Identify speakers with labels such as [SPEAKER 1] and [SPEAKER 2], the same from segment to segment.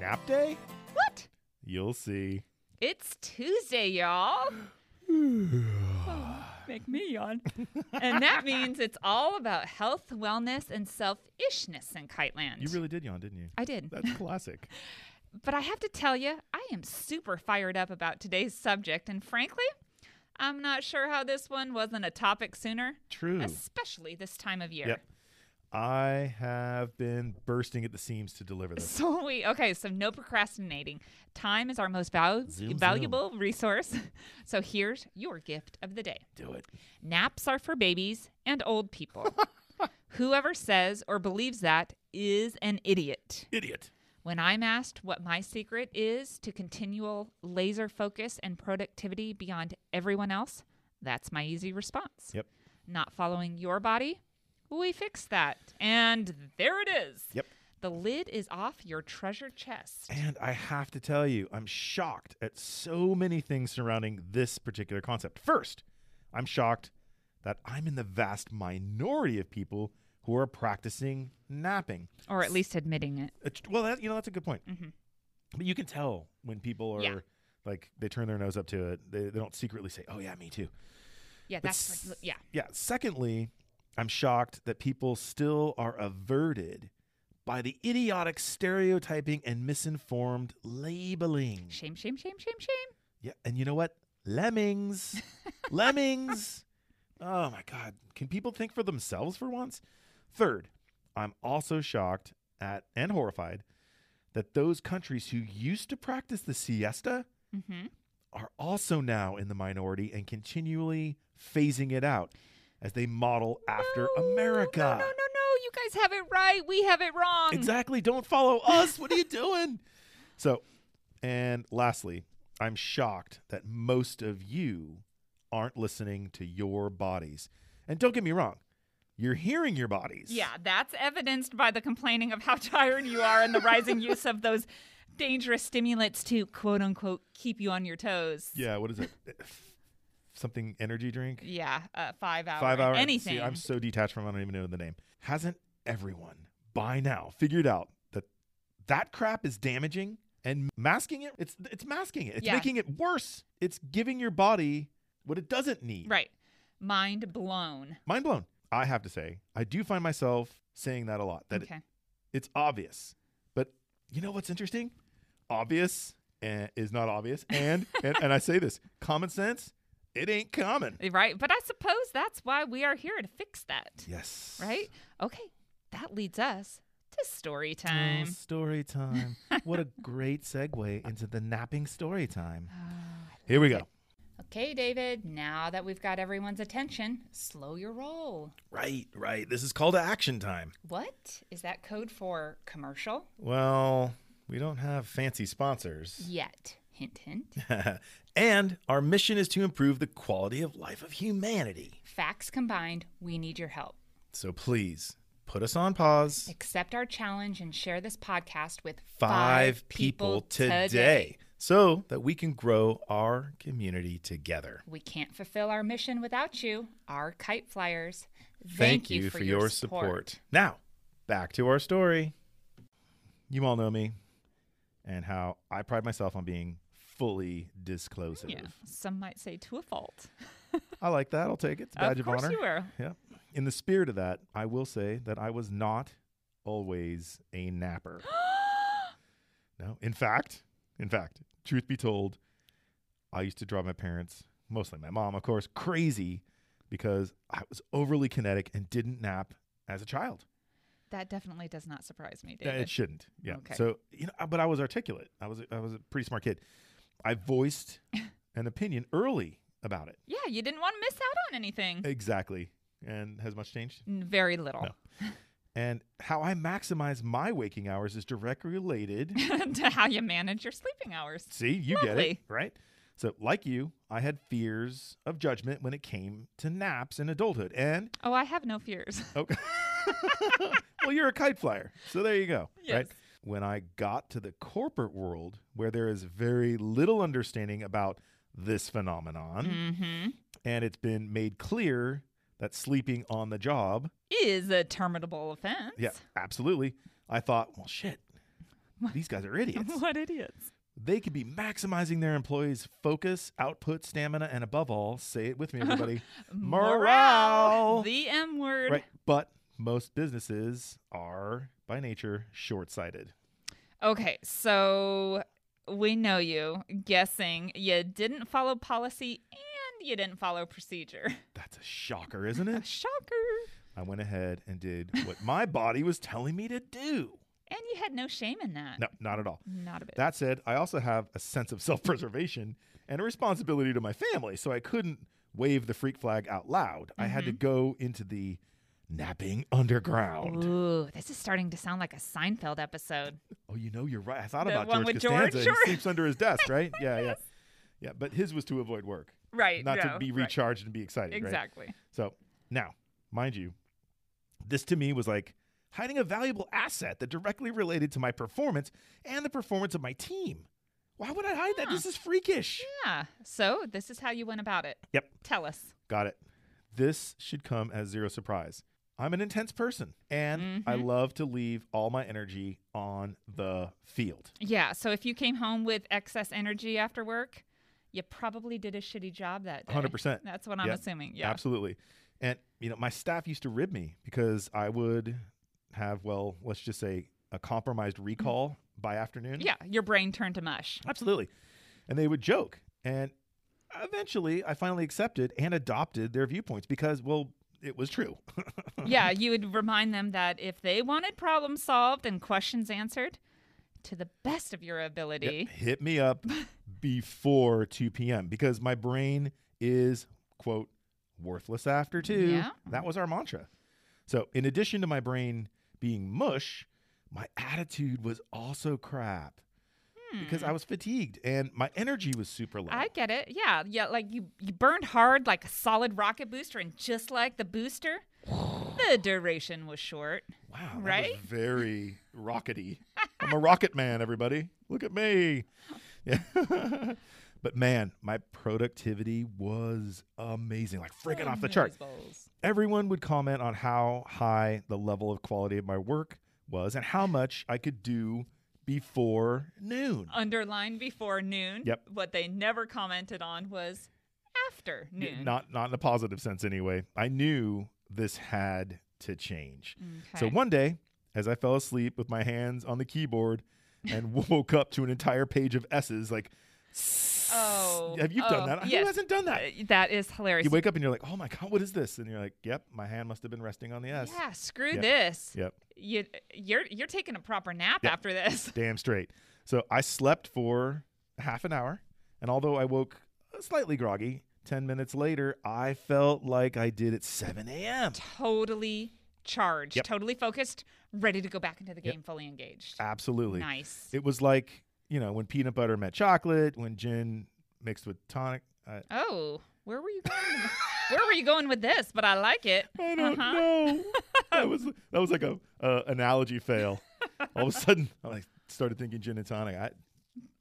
[SPEAKER 1] nap day?
[SPEAKER 2] What?
[SPEAKER 1] You'll see.
[SPEAKER 2] It's Tuesday, y'all. Make me yawn. and that means it's all about health, wellness, and selfishness in Kiteland.
[SPEAKER 1] You really did yawn, didn't you?
[SPEAKER 2] I did.
[SPEAKER 1] That's classic.
[SPEAKER 2] But I have to tell you, I am super fired up about today's subject, and frankly, I'm not sure how this one wasn't a topic sooner,
[SPEAKER 1] True.
[SPEAKER 2] especially this time of year.
[SPEAKER 1] Yep. I have been bursting at the seams to deliver this.
[SPEAKER 2] So we okay, so no procrastinating. Time is our most val-
[SPEAKER 1] Zoom,
[SPEAKER 2] valuable resource. So here's your gift of the day.
[SPEAKER 1] Do it.
[SPEAKER 2] Naps are for babies and old people. Whoever says or believes that is an idiot.
[SPEAKER 1] Idiot.
[SPEAKER 2] When I'm asked what my secret is to continual laser focus and productivity beyond everyone else, that's my easy response.
[SPEAKER 1] Yep.
[SPEAKER 2] Not following your body, we fix that. And there it is.
[SPEAKER 1] Yep.
[SPEAKER 2] The lid is off your treasure chest.
[SPEAKER 1] And I have to tell you, I'm shocked at so many things surrounding this particular concept. First, I'm shocked that I'm in the vast minority of people who are practicing napping.
[SPEAKER 2] Or at least admitting it.
[SPEAKER 1] It's- well, that, you know, that's a good point. But you can tell when people are
[SPEAKER 2] Mm-hmm. Yeah.
[SPEAKER 1] like, they turn their nose up to it. They, they don't secretly say, oh, yeah, me too.
[SPEAKER 2] Yeah,
[SPEAKER 1] But
[SPEAKER 2] that's
[SPEAKER 1] s-
[SPEAKER 2] what- yeah.
[SPEAKER 1] Yeah. Secondly, I'm shocked that people still are averted by the idiotic stereotyping and misinformed labeling.
[SPEAKER 2] Shame, shame, shame, shame, shame.
[SPEAKER 1] Yeah, and you know what? Lemmings. Lemmings. Oh my god. Can people think for themselves for once? Third, I'm also shocked at and horrified that those countries who used to practice the siesta
[SPEAKER 2] hmm
[SPEAKER 1] are also now in the minority and continually phasing it out as they model after
[SPEAKER 2] No,
[SPEAKER 1] America.
[SPEAKER 2] No, no, no, no. You guys have it right. We have it wrong.
[SPEAKER 1] Exactly. Don't follow us. What are you doing? So, and lastly, I'm shocked that most of you aren't listening to your bodies. And don't get me wrong, you're hearing your bodies.
[SPEAKER 2] Yeah, that's evidenced by the complaining of how tired you are and the rising use of those dangerous stimulants to quote unquote keep you on your toes.
[SPEAKER 1] Yeah. What is it? Something energy drink?
[SPEAKER 2] Yeah, uh, five hours.
[SPEAKER 1] Five hours.
[SPEAKER 2] Anything.
[SPEAKER 1] I'm so detached from it, I don't even know the name. Hasn't everyone by now figured out that that crap is damaging and masking it? It's it's masking it. It's
[SPEAKER 2] Yeah.
[SPEAKER 1] making it worse. It's giving your body what it doesn't need.
[SPEAKER 2] right. Mind blown.
[SPEAKER 1] Mind blown. I have to say, I do find myself saying that a lot. That it-
[SPEAKER 2] okay.
[SPEAKER 1] it's obvious. But you know what's interesting? Obvious eh, is not obvious. And, and and I say this, common sense, it ain't common.
[SPEAKER 2] Right. But I suppose that's why we are here to fix that.
[SPEAKER 1] Yes.
[SPEAKER 2] Right? Okay. That leads us to story
[SPEAKER 1] Oh,
[SPEAKER 2] time.
[SPEAKER 1] story time. what a great segue into the napping story time. Here we go.
[SPEAKER 2] Okay, David, now that we've got everyone's attention, slow your roll.
[SPEAKER 1] Right, right. This is call to action time.
[SPEAKER 2] What is that code for commercial?
[SPEAKER 1] Well, we don't have fancy sponsors.
[SPEAKER 2] Yet. Hint, hint.
[SPEAKER 1] and our mission is to improve the quality of life of humanity.
[SPEAKER 2] Facts combined, we need your help.
[SPEAKER 1] So please put us on pause.
[SPEAKER 2] Accept our challenge and share this podcast with
[SPEAKER 1] Five people today so that we can grow our community together.
[SPEAKER 2] We can't fulfill our mission without you, our kite flyers.
[SPEAKER 1] Now, back to our story. You all know me and how I pride myself on being fully disclosive.
[SPEAKER 2] Yeah, some might say to a fault.
[SPEAKER 1] I like that. I'll take it. It's a badge of,
[SPEAKER 2] of course
[SPEAKER 1] honor.
[SPEAKER 2] you were.
[SPEAKER 1] Yeah. In the spirit of that, I will say that I was not always a napper. no. In fact, in fact, truth be told, I used to drive my parents, mostly my mom, of course, crazy because I was overly kinetic and didn't nap as a child.
[SPEAKER 2] That definitely does not surprise me,
[SPEAKER 1] Yeah,
[SPEAKER 2] David.
[SPEAKER 1] It shouldn't. Yeah.
[SPEAKER 2] Okay.
[SPEAKER 1] So you know, but I was articulate. I was a- I was a pretty smart kid. I voiced an opinion early about it.
[SPEAKER 2] yeah, you didn't want to miss out on anything.
[SPEAKER 1] Exactly. And has much changed?
[SPEAKER 2] N- Very little.
[SPEAKER 1] And how I maximize my waking hours is directly related.
[SPEAKER 2] to how you manage your sleeping hours.
[SPEAKER 1] See, you get it,
[SPEAKER 2] Lovely.
[SPEAKER 1] right? So, like you, I had fears of judgment when it came to naps in adulthood. And
[SPEAKER 2] Oh, I have no fears.
[SPEAKER 1] Okay. well, you're a kite flyer. So there you go. Right?
[SPEAKER 2] Yes.
[SPEAKER 1] When I got to the corporate world where there is very little understanding about this phenomenon,
[SPEAKER 2] mm-hmm.
[SPEAKER 1] and it's been made clear that sleeping on the job,
[SPEAKER 2] Is a terminable offense.
[SPEAKER 1] yeah, absolutely. I thought, well, shit, These guys are idiots.
[SPEAKER 2] what idiots.
[SPEAKER 1] they could be maximizing their employees' focus, output, stamina, and above all, say it with me, everybody, morale.
[SPEAKER 2] The M word.
[SPEAKER 1] right? But most businesses are, by nature, short sighted.
[SPEAKER 2] Okay, so we know you guessing you didn't follow policy and you didn't follow procedure.
[SPEAKER 1] That's a shocker, isn't it?
[SPEAKER 2] Shocker.
[SPEAKER 1] I went ahead and did what my body was telling me to do.
[SPEAKER 2] And you had no shame in that.
[SPEAKER 1] No, not at all.
[SPEAKER 2] Not a bit.
[SPEAKER 1] That said, I also have a sense of self preservation and a responsibility to my family, so I couldn't wave the freak flag out loud. I had to
[SPEAKER 2] Mm-hmm.
[SPEAKER 1] go into the napping underground.
[SPEAKER 2] Ooh, this is starting to sound like a Seinfeld episode.
[SPEAKER 1] Oh, you know, you're right. I thought
[SPEAKER 2] The
[SPEAKER 1] about
[SPEAKER 2] one
[SPEAKER 1] George
[SPEAKER 2] with George,
[SPEAKER 1] Costanza.
[SPEAKER 2] sure.
[SPEAKER 1] He sleeps under his desk, right? Yeah, yeah. Yeah, but his was to avoid work,
[SPEAKER 2] Right.
[SPEAKER 1] not to
[SPEAKER 2] no,
[SPEAKER 1] be
[SPEAKER 2] right.
[SPEAKER 1] recharged and be excited, right?
[SPEAKER 2] Exactly.
[SPEAKER 1] So now, mind you, this to me was like hiding a valuable asset that directly related to my performance and the performance of my team. Why would I hide that?
[SPEAKER 2] Huh.
[SPEAKER 1] This is freakish.
[SPEAKER 2] Yeah. So this is how you went about it.
[SPEAKER 1] Yep.
[SPEAKER 2] Tell us.
[SPEAKER 1] Got it. This should come as zero surprise. I'm an intense person and I
[SPEAKER 2] Mm-hmm.
[SPEAKER 1] love to leave all my energy on the field.
[SPEAKER 2] Yeah. So if you came home with excess energy after work, you probably did a shitty job that day.
[SPEAKER 1] 100%.
[SPEAKER 2] That's what I'm
[SPEAKER 1] Yep.
[SPEAKER 2] assuming. Yeah.
[SPEAKER 1] Absolutely. And, you know, my staff used to rib me because I would have, well, let's just say a compromised recall by afternoon.
[SPEAKER 2] Mm-hmm. Yeah. Your brain turned to mush.
[SPEAKER 1] Absolutely. And they would joke. And eventually I finally accepted and adopted their viewpoints because, well, it was true.
[SPEAKER 2] yeah. You would remind them that if they wanted problems solved and questions answered to the best of your ability,
[SPEAKER 1] Yep, hit me up before 2 p.m. because my brain is, quote, worthless after 2.
[SPEAKER 2] Yeah.
[SPEAKER 1] That was our mantra. So, in addition to my brain being mush, my attitude was also crap because I was fatigued and my energy was super low.
[SPEAKER 2] Hmm. I get it. Yeah, yeah. Like you, you burned hard like a solid rocket booster, and just like the booster, the duration was short.
[SPEAKER 1] wow. that was
[SPEAKER 2] right?
[SPEAKER 1] very rockety. I'm a rocket man, everybody. Look at me. Yeah. but man, my productivity was amazing. Like freaking
[SPEAKER 2] Oh,
[SPEAKER 1] off the chart.
[SPEAKER 2] Amazeballs.
[SPEAKER 1] Everyone would comment on how high the level of quality of my work was and how much I could do before noon.
[SPEAKER 2] Uh, Underlined before noon.
[SPEAKER 1] Yep.
[SPEAKER 2] What they never commented on was after
[SPEAKER 1] Y-
[SPEAKER 2] noon.
[SPEAKER 1] Not not in a positive sense anyway. I knew this had to change. So
[SPEAKER 2] Okay.
[SPEAKER 1] one day, as I fell asleep with my hands on the keyboard and woke up to an entire page of S's like
[SPEAKER 2] Oh,
[SPEAKER 1] have you done
[SPEAKER 2] oh,
[SPEAKER 1] that?
[SPEAKER 2] yes.
[SPEAKER 1] Who hasn't done that?
[SPEAKER 2] Uh, that is hilarious.
[SPEAKER 1] You wake up and you're like, "Oh my god, what is this?" And you're like, "Yep, my hand must have been resting on the S."
[SPEAKER 2] yeah. Screw
[SPEAKER 1] Yep.
[SPEAKER 2] this.
[SPEAKER 1] Yep.
[SPEAKER 2] You, you're you're taking a proper nap
[SPEAKER 1] Yep.
[SPEAKER 2] after this.
[SPEAKER 1] damn straight. So I slept for half an hour, and although I woke slightly groggy, ten minutes later, I felt like I did at seven a.m.
[SPEAKER 2] Totally charged.
[SPEAKER 1] Yep.
[SPEAKER 2] Totally focused. Ready to go back into the game, fully engaged.
[SPEAKER 1] Absolutely,
[SPEAKER 2] Nice.
[SPEAKER 1] it was like you know when peanut butter met chocolate, when gin mixed with tonic. I,
[SPEAKER 2] Oh, where were you going? with- where were you going with this? But I like it.
[SPEAKER 1] I don't
[SPEAKER 2] Uh-huh.
[SPEAKER 1] know. that was that was like a uh, analogy fail. All of a sudden, I like started thinking gin and tonic. I,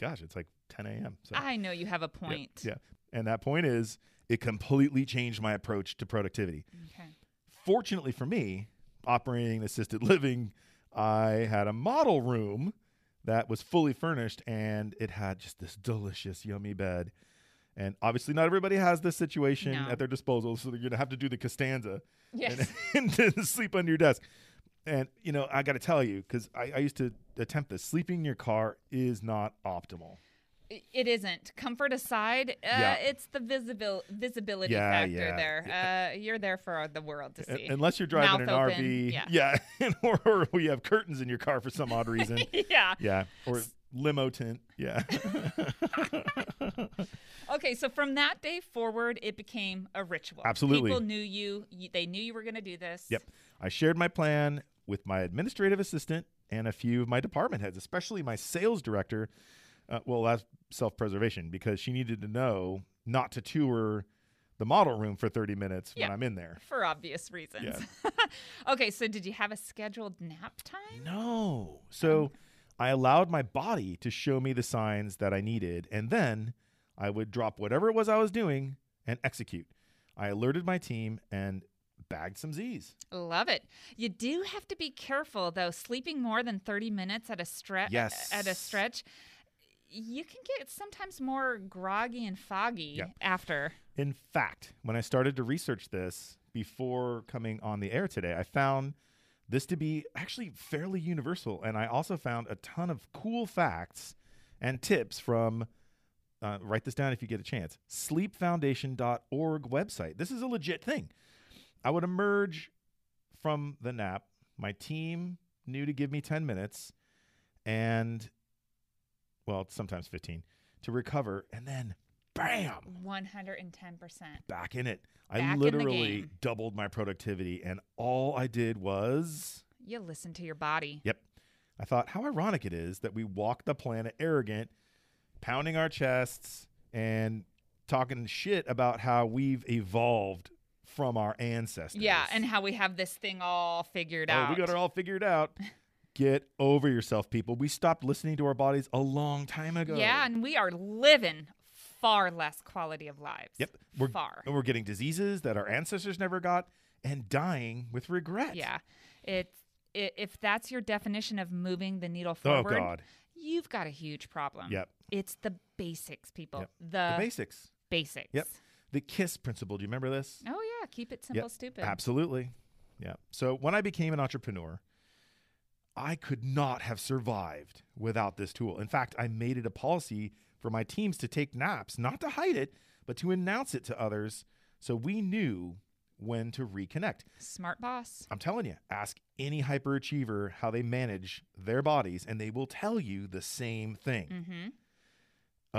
[SPEAKER 1] gosh, it's like ten a.m. So.
[SPEAKER 2] I know you have a
[SPEAKER 1] yeah,
[SPEAKER 2] point.
[SPEAKER 1] yeah, and that point is it completely changed my approach to productivity.
[SPEAKER 2] Okay.
[SPEAKER 1] fortunately for me, operating in assisted living, I had a model room that was fully furnished and it had just this delicious, yummy bed. And obviously, not everybody has this situation
[SPEAKER 2] No.
[SPEAKER 1] at their disposal, so you're gonna have to do the Costanza
[SPEAKER 2] Yes.
[SPEAKER 1] and, and sleep under your desk. And you know, I got to tell you, because I, I used to attempt this. Sleeping in your car is not optimal.
[SPEAKER 2] I- It isn't. Comfort aside, uh,
[SPEAKER 1] Yeah.
[SPEAKER 2] it's the visibil- visibility
[SPEAKER 1] Yeah,
[SPEAKER 2] factor
[SPEAKER 1] yeah,
[SPEAKER 2] there. Uh, you're there for the world to
[SPEAKER 1] Un-
[SPEAKER 2] see.
[SPEAKER 1] unless you're driving
[SPEAKER 2] Mouth
[SPEAKER 1] an
[SPEAKER 2] open,
[SPEAKER 1] RV,
[SPEAKER 2] yeah.
[SPEAKER 1] or, or you have curtains in your car for some odd reason.
[SPEAKER 2] yeah.
[SPEAKER 1] Yeah. Or limo tint. Yeah.
[SPEAKER 2] Okay, so from that day forward, it became a ritual.
[SPEAKER 1] Absolutely.
[SPEAKER 2] People knew you. you they knew you were going to do this.
[SPEAKER 1] yep. I shared my plan with my administrative assistant and a few of my department heads, especially my sales director. Uh, well, that's self preservation because she needed to know not to tour the model room for 30 minutes
[SPEAKER 2] Yeah.
[SPEAKER 1] when I'm in there.
[SPEAKER 2] For obvious reasons. okay, so did you have a scheduled nap time?
[SPEAKER 1] No. So I allowed my body to show me the signs that I needed, and then I would drop whatever it was I was doing and execute. I alerted my team, and bagged some Z's.
[SPEAKER 2] Love it. You do have to be careful though. Sleeping more than 30 minutes at a stretch
[SPEAKER 1] Yes.
[SPEAKER 2] at a stretch, you can get sometimes more groggy and foggy
[SPEAKER 1] Yep.
[SPEAKER 2] after.
[SPEAKER 1] In fact, when I started to research this before coming on the air today, I found this to be actually fairly universal. And I also found a ton of cool facts and tips from, uh, write this down if you get a chance, sleepfoundation.org website. This is a legit thing. I would emerge from the nap. My team knew to give me 10 minutes and, well, sometimes 15 to recover. And then, bam!
[SPEAKER 2] 110%.
[SPEAKER 1] back in it.
[SPEAKER 2] Back
[SPEAKER 1] I
[SPEAKER 2] in the
[SPEAKER 1] literally
[SPEAKER 2] game.
[SPEAKER 1] doubled my productivity, and all I did was.
[SPEAKER 2] You listen to your body.
[SPEAKER 1] Yep. I thought, how ironic it is that we walk the planet arrogant, pounding our chests, and talking shit about how we've evolved from our ancestors.
[SPEAKER 2] Yeah, and how we have this thing all figured
[SPEAKER 1] oh,
[SPEAKER 2] out.
[SPEAKER 1] we got it all figured out. Get over yourself, people. We stopped listening to our bodies a long time ago.
[SPEAKER 2] Yeah, and we are living far less quality of lives.
[SPEAKER 1] Yep. We're, Oh,
[SPEAKER 2] far.
[SPEAKER 1] And we're getting diseases that our ancestors never got and dying with regret.
[SPEAKER 2] Yeah. It's i if that's your definition of moving the needle
[SPEAKER 1] Oh,
[SPEAKER 2] forward,
[SPEAKER 1] God.
[SPEAKER 2] you've got a huge problem.
[SPEAKER 1] Yep.
[SPEAKER 2] It's the basics, people.
[SPEAKER 1] Yep.
[SPEAKER 2] The,
[SPEAKER 1] the basics.
[SPEAKER 2] basics.
[SPEAKER 1] Yep. The KISS principle. Do you remember this?
[SPEAKER 2] Oh yeah, keep it simple, stupid.
[SPEAKER 1] Absolutely. Yeah. So when I became an entrepreneur, I could not have survived without this tool. In fact, I made it a policy for my teams to take naps, not to hide it, but to announce it to others so we knew when to reconnect.
[SPEAKER 2] Smart boss.
[SPEAKER 1] I'm telling you, ask any hyperachiever how they manage their bodies, and they will tell you the same thing.
[SPEAKER 2] Mm-hmm.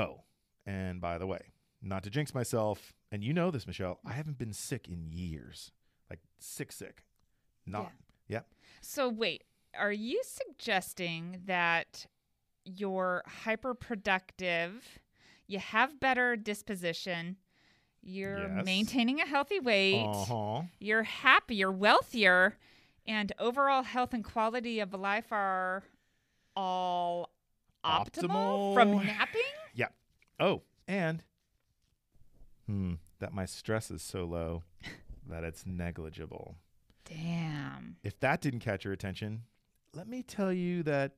[SPEAKER 1] Oh, and by the way, not to jinx myself, and you know this, Michelle, I haven't been sick in years. Like sick, sick. Not. Yep.
[SPEAKER 2] So wait, are you suggesting that you're hyperproductive, you have better disposition, you're
[SPEAKER 1] Yes.
[SPEAKER 2] maintaining a healthy weight,
[SPEAKER 1] Uh huh.
[SPEAKER 2] you're happier, wealthier, and overall health and quality of life are all
[SPEAKER 1] Optimal.
[SPEAKER 2] optimal, from napping?
[SPEAKER 1] Yeah. Oh, and hmm, that my stress is so low that it's negligible.
[SPEAKER 2] Damn.
[SPEAKER 1] If that didn't catch your attention, let me tell you that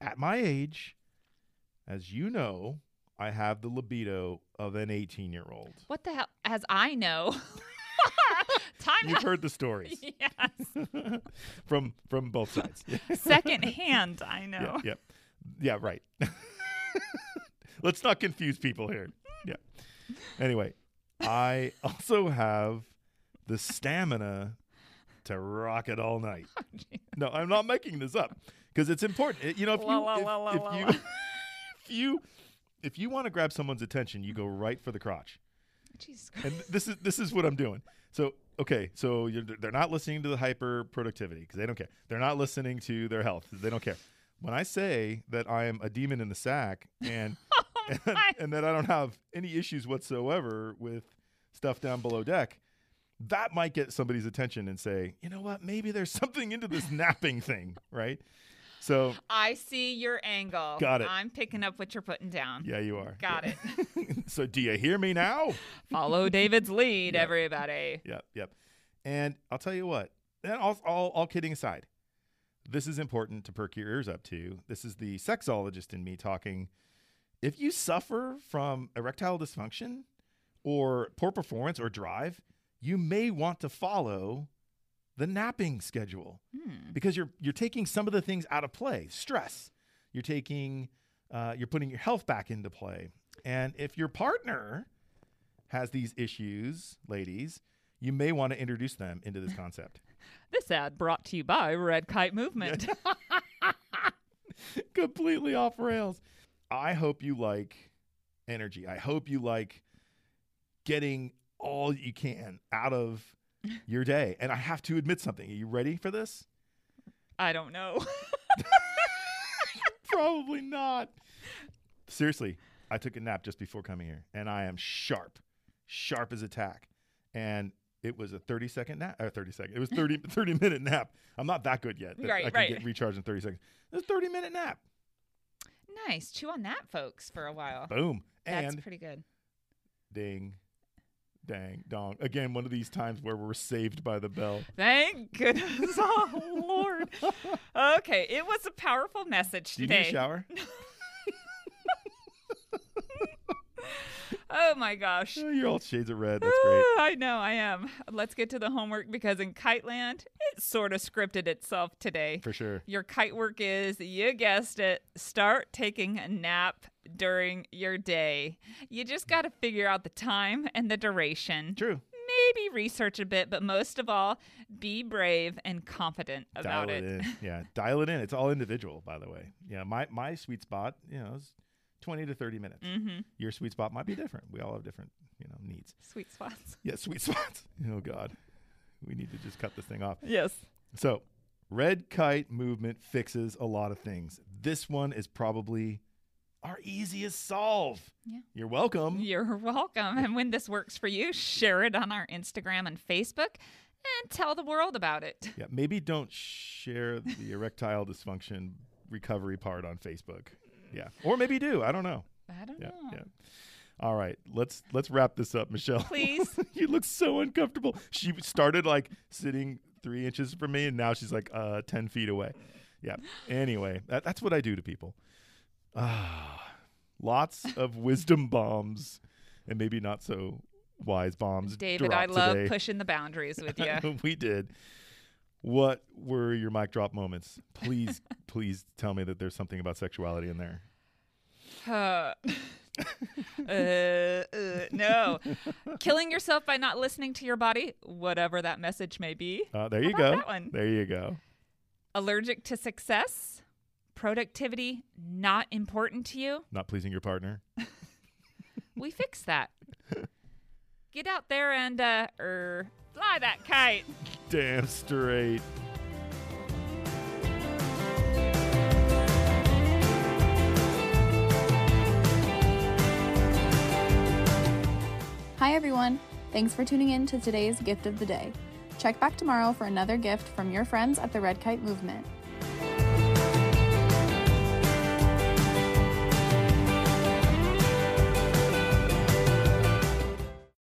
[SPEAKER 1] at my age, as you know, I have the libido of an 18 year old.
[SPEAKER 2] What the hell? As I know, time
[SPEAKER 1] You've heard the stories
[SPEAKER 2] yes.
[SPEAKER 1] from from both sides.
[SPEAKER 2] Second hand, I
[SPEAKER 1] yeah,
[SPEAKER 2] know.
[SPEAKER 1] yeah, yeah, right. Let's not confuse people here. Yeah. Anyway, I also have the stamina to rock it all night. No, I'm not making this up because it's important. It- you know, if you
[SPEAKER 2] La, la,
[SPEAKER 1] if,
[SPEAKER 2] la, la,
[SPEAKER 1] if
[SPEAKER 2] la,
[SPEAKER 1] you
[SPEAKER 2] la.
[SPEAKER 1] if you if you want to grab someone's attention, you go right for the crotch
[SPEAKER 2] Jesus Christ.
[SPEAKER 1] and th- this is this is what I'm doing. So okay, so you're, they're not listening to the hyper productivity because they don't care. They're not listening to their health; they don't care. When I say that I am a demon in the sack and and,
[SPEAKER 2] Oh my.
[SPEAKER 1] and that I don't have any issues whatsoever with stuff down below deck, that might get somebody's attention and say, you know what, maybe there's something into this napping thing, right? So
[SPEAKER 2] I see your angle.
[SPEAKER 1] Got it.
[SPEAKER 2] I'm picking up what you're putting down.
[SPEAKER 1] yeah, you are.
[SPEAKER 2] Got it.
[SPEAKER 1] it. so do you hear me now?
[SPEAKER 2] Follow David's lead,
[SPEAKER 1] Yeah.
[SPEAKER 2] everybody.
[SPEAKER 1] Yep, yep. And I'll tell you what, and all, all, all kidding aside, this is important to perk your ears up to. This is the sexologist in me talking. If you suffer from erectile dysfunction or poor performance or drive, you may want to follow the napping schedule
[SPEAKER 2] Hmm.
[SPEAKER 1] because you're you're taking some of the things out of play. Stress. You're taking uh, you're putting your health back into play. And if your partner has these issues, ladies, you may want to introduce them into this concept.
[SPEAKER 2] This ad brought to you by Red Kite Movement.
[SPEAKER 1] Completely off rails. I hope you like energy. I hope you like getting all you can out of your day. And I have to admit something. Are you ready for this?
[SPEAKER 2] I don't know.
[SPEAKER 1] Probably not. Seriously, I took a nap just before coming here, and I am sharp, sharp as a tack. And it was a 30 second nap, or 30 second. It was 30, 30 minute nap. I'm not that good yet. that
[SPEAKER 2] Right,
[SPEAKER 1] I can
[SPEAKER 2] right.
[SPEAKER 1] get recharged in 30 seconds. It was a 30 minute nap.
[SPEAKER 2] nice. Chew on that, folks, for a while.
[SPEAKER 1] Boom.
[SPEAKER 2] That's
[SPEAKER 1] and
[SPEAKER 2] pretty good.
[SPEAKER 1] ding, dang, dong. Again, one of these times where we're saved by the bell.
[SPEAKER 2] Thank goodness. Oh, Lord. Okay, it was a powerful message
[SPEAKER 1] Do you need a
[SPEAKER 2] today.
[SPEAKER 1] shower?
[SPEAKER 2] Oh, my gosh.
[SPEAKER 1] Oh, You're all shades of red. That's great.
[SPEAKER 2] Ah, I know, I am. Let's get to the homework because in Kite Land, it sort of scripted itself today.
[SPEAKER 1] For sure.
[SPEAKER 2] Your kite work is, you guessed it, start taking a nap during your day. You just got to figure out the time and the duration.
[SPEAKER 1] True.
[SPEAKER 2] Maybe research a bit, but most of all, be brave and confident about
[SPEAKER 1] Dial it,
[SPEAKER 2] it.
[SPEAKER 1] in. Yeah. Dial it in. It's all individual, by the way. Yeah. My my sweet spot, you know, is 20 to 30 minutes.
[SPEAKER 2] Mm-hmm.
[SPEAKER 1] Your sweet spot might be different. We all have different, you know, needs.
[SPEAKER 2] Sweet spots.
[SPEAKER 1] Yeah, sweet spots. Oh God. We need to just cut this thing off.
[SPEAKER 2] Yes.
[SPEAKER 1] So, red kite movement fixes a lot of things. This one is probably our easiest solve.
[SPEAKER 2] Yeah.
[SPEAKER 1] You're welcome.
[SPEAKER 2] You're welcome. And when this works for you, share it on our Instagram and Facebook and tell the world about it.
[SPEAKER 1] Yeah, maybe don't share the erectile dysfunction recovery part on Facebook. Yeah. Or maybe do. I don't know.
[SPEAKER 2] I don't
[SPEAKER 1] Yeah.
[SPEAKER 2] know.
[SPEAKER 1] Yeah. All right. Let's let's wrap this up, Michelle.
[SPEAKER 2] Please.
[SPEAKER 1] you look so uncomfortable. She started like sitting three inches from me, and now she's like uh, ten feet away. Yeah. Anyway, that, that's what I do to people. Ah, lots of wisdom bombs, and maybe not so wise bombs.
[SPEAKER 2] David, I
[SPEAKER 1] dropped
[SPEAKER 2] love
[SPEAKER 1] today.
[SPEAKER 2] pushing the boundaries with you.
[SPEAKER 1] we did. What were your mic drop moments? Please, please tell me that there's something about sexuality in there.
[SPEAKER 2] uh, uh, no. Killing yourself by not listening to your body, whatever that message may be.
[SPEAKER 1] Uh, there you
[SPEAKER 2] about
[SPEAKER 1] go.
[SPEAKER 2] that one?
[SPEAKER 1] There you go.
[SPEAKER 2] Allergic to success. Productivity not important to you.
[SPEAKER 1] Not pleasing your partner.
[SPEAKER 2] We fix that. Get out there and uh, er, fly that kite.
[SPEAKER 1] Damn straight.
[SPEAKER 3] Hi, everyone. Thanks for tuning in to today's Gift of the Day. Check back tomorrow for another gift from your friends at the Red Kite Movement.